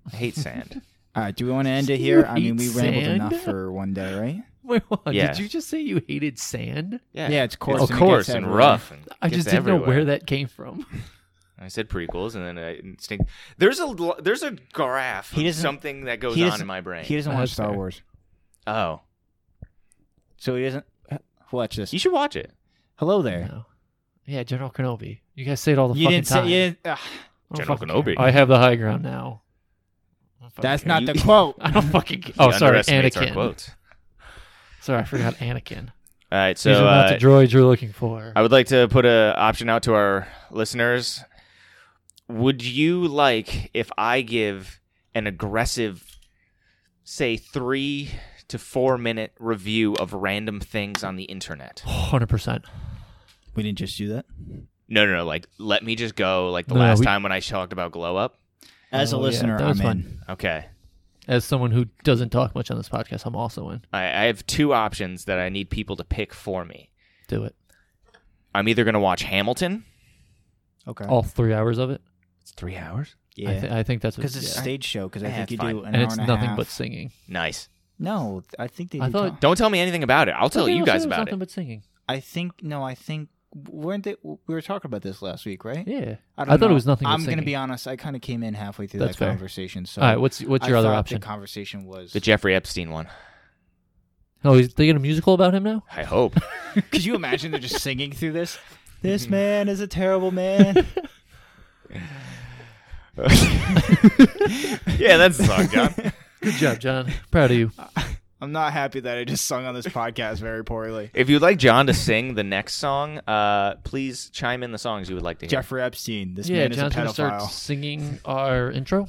S3: I hate sand.
S1: All right, do we want to end it
S2: You
S1: here? I mean, we
S2: hate
S1: rambled
S2: sand?
S1: enough for one day, right?
S2: Wait, hold on.
S3: Yeah.
S2: Did you just say you hated sand?
S1: Yeah, it's coarse.
S3: Of
S1: and it
S3: course,
S1: gets
S3: and
S1: everywhere.
S3: rough. And
S2: I
S3: gets
S2: just didn't know
S3: everywhere.
S2: where that came from.
S3: I said prequels, and then I instinct. There's a lo- there's a graph.
S1: He
S3: He
S1: doesn't-
S3: something that goes
S1: he
S3: on
S1: doesn't-
S3: in my brain.
S1: He doesn't
S2: Uh,
S1: watch
S2: that's
S1: Star
S2: fair.
S1: Wars,
S3: oh,
S1: so he doesn't uh, watch this.
S3: you should watch it.
S1: Hello there.
S2: No. Yeah, General Kenobi. You guys say it all the
S1: you
S2: fucking
S1: didn't
S2: time.
S1: say. You didn't, ugh,
S2: I don't
S3: General
S2: fucking
S3: Kenobi.
S2: care. I have the high ground now. I don't fucking
S1: that's
S2: care.
S1: not
S3: you-
S1: the quote.
S2: I don't fucking. ca- Oh,
S3: He
S2: sorry,
S3: underestimates Our
S2: Anakin.
S3: quotes.
S2: Sorry, I forgot Anakin.
S3: All right,
S2: These
S3: so
S2: are not
S3: uh,
S2: the droids you're looking for.
S3: I would like to put a option out to our listeners. Would you like if I give an aggressive, say three to four minute review of random things on the internet?
S2: Hundred percent.
S1: We didn't just do that.
S3: No, no, no. Like, let me just go. Like the
S2: No,
S3: last
S2: we-
S3: time when I talked about glow up.
S1: As a
S2: Oh, yeah,
S1: listener,
S2: that was
S1: I'm in.
S2: fun.
S3: Okay,
S2: As someone who doesn't talk much on this podcast, I'm also in.
S3: I, I have two options that I need people to pick for me.
S2: Do it.
S3: I'm either gonna watch Hamilton.
S1: Okay.
S2: All three hours of it.
S3: It's three hours.
S2: I, th-
S1: yeah.
S2: I think that's what-
S1: Because it's
S2: yeah.
S1: a stage show. Because I
S3: Yeah,
S1: think
S3: it's
S1: you
S3: fine.
S1: do an
S2: and
S1: hour
S2: it's
S1: and a
S2: nothing
S1: half.
S2: but singing.
S3: Nice.
S1: No, I think they.
S2: I
S1: do
S2: thought-
S1: talk-
S3: Don't tell me anything about it. I'll tell
S2: Okay,
S3: you
S2: well,
S3: guys
S2: so it's
S3: about
S2: nothing
S3: it.
S2: but singing.
S1: I think no. I think weren't they? We were talking about this last week, right?
S2: Yeah.
S1: I,
S2: I thought it was nothing but
S1: I'm gonna
S2: singing.
S1: be honest. I kind of came in halfway through
S2: That's
S1: that
S2: fair.
S1: conversation. So
S2: All right. What's what's your
S1: I
S2: other
S1: thought
S2: option?
S1: The conversation was
S3: The Jeffrey Epstein one.
S2: oh, is they get a musical about him now?
S3: I hope.
S1: Could you imagine they're just singing through this? This man is a terrible man.
S3: yeah, that's the song, John.
S2: Good job, John. Proud of you.
S1: I'm not happy that I just sung on this podcast very poorly.
S3: If you'd like John to sing the next song, uh, please chime in the songs you would like to hear.
S1: Jeffrey Epstein. This
S2: yeah,
S1: man is a
S2: John's gonna start
S1: pedophile.
S2: singing our intro.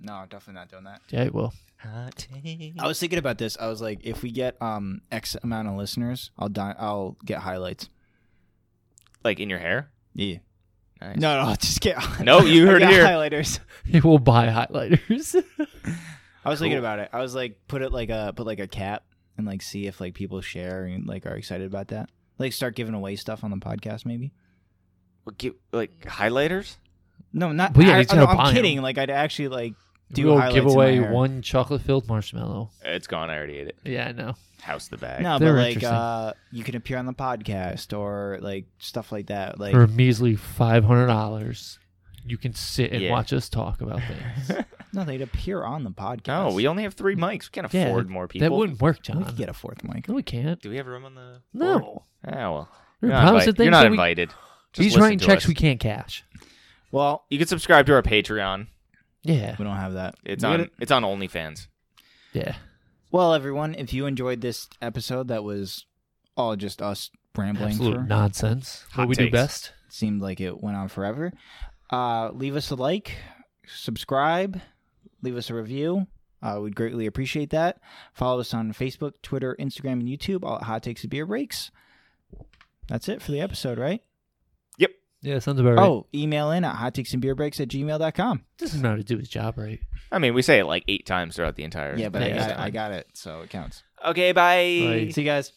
S1: No, I'm definitely not doing that.
S2: Yeah, it will.
S1: I was thinking about this. I was like, if we get um X amount of listeners, I'll die. I'll get highlights.
S3: Like in your hair.
S1: Yeah.
S3: Nice.
S1: No, no, I'll just get.
S3: No, you
S1: I'll
S3: heard it
S1: get
S3: here.
S1: Highlighters.
S2: It will buy highlighters.
S1: I was
S3: Cool.
S1: thinking about it. I was like, put it like a put like a cap and like see if like people share and like are excited about that. Like start giving away stuff on the podcast, maybe.
S3: Well, give- like highlighters.
S1: No, not.
S2: Well, yeah,
S1: I,
S2: he's gonna
S1: no,
S2: buy
S1: I'm
S2: 'em.
S1: kidding. Like I'd actually like do
S2: we'll
S1: highlights
S2: give
S1: in my
S2: away
S1: hair.
S2: one chocolate-filled marshmallow.
S3: It's gone. I already ate it.
S2: Yeah, I know.
S3: House the bag.
S1: no,
S2: They're
S1: but like
S2: interesting.
S1: uh, you can appear on the podcast or like stuff like that. Like
S2: For a measly five hundred dollars, you can sit and
S3: Yeah.
S2: watch us talk about things.
S1: no, they'd appear on the podcast.
S3: No, Oh, we only have three mics. We can't
S2: Yeah,
S3: afford more people.
S2: that wouldn't work,
S1: we
S2: John.
S1: could get a fourth mic.
S2: no, we can't.
S3: Do we have room on the? board?
S2: No.
S3: Oh well.
S2: You're
S3: You're not,
S2: promising
S3: invite-
S2: things
S3: you're not
S2: that we-
S3: invited. Just
S2: He's
S3: listen
S2: writing
S3: to
S2: checks
S3: us.
S2: we can't cash.
S1: Well,
S3: You can subscribe to our Patreon.
S2: Yeah.
S1: we don't have that.
S3: It's
S1: We
S3: on.
S1: gotta-
S3: It's on OnlyFans.
S2: Yeah.
S1: Well, everyone, if you enjoyed this episode, that was all just us rambling.
S2: Absolute
S1: for,
S2: nonsense.
S3: Hot
S2: what we do
S3: takes.
S2: best.
S1: It seemed like it went on forever. Uh, leave us a like, subscribe, leave us a review. Uh, we'd greatly appreciate that. Follow us on Facebook, Twitter, Instagram, and YouTube, all at Hot Takes and Beer Breaks. That's it for the episode, right?
S2: Yeah, sounds about right.
S1: Oh, email in at hot takes and beer breaks at gmail.com.
S2: doesn't know how to do his job right.
S3: I mean, we say it like eight times throughout the entire.
S1: Yeah, but I
S2: Yeah,
S1: got,
S2: yeah.
S1: it, I got it, so it counts.
S3: Okay, bye.
S2: Bye.
S1: See you guys.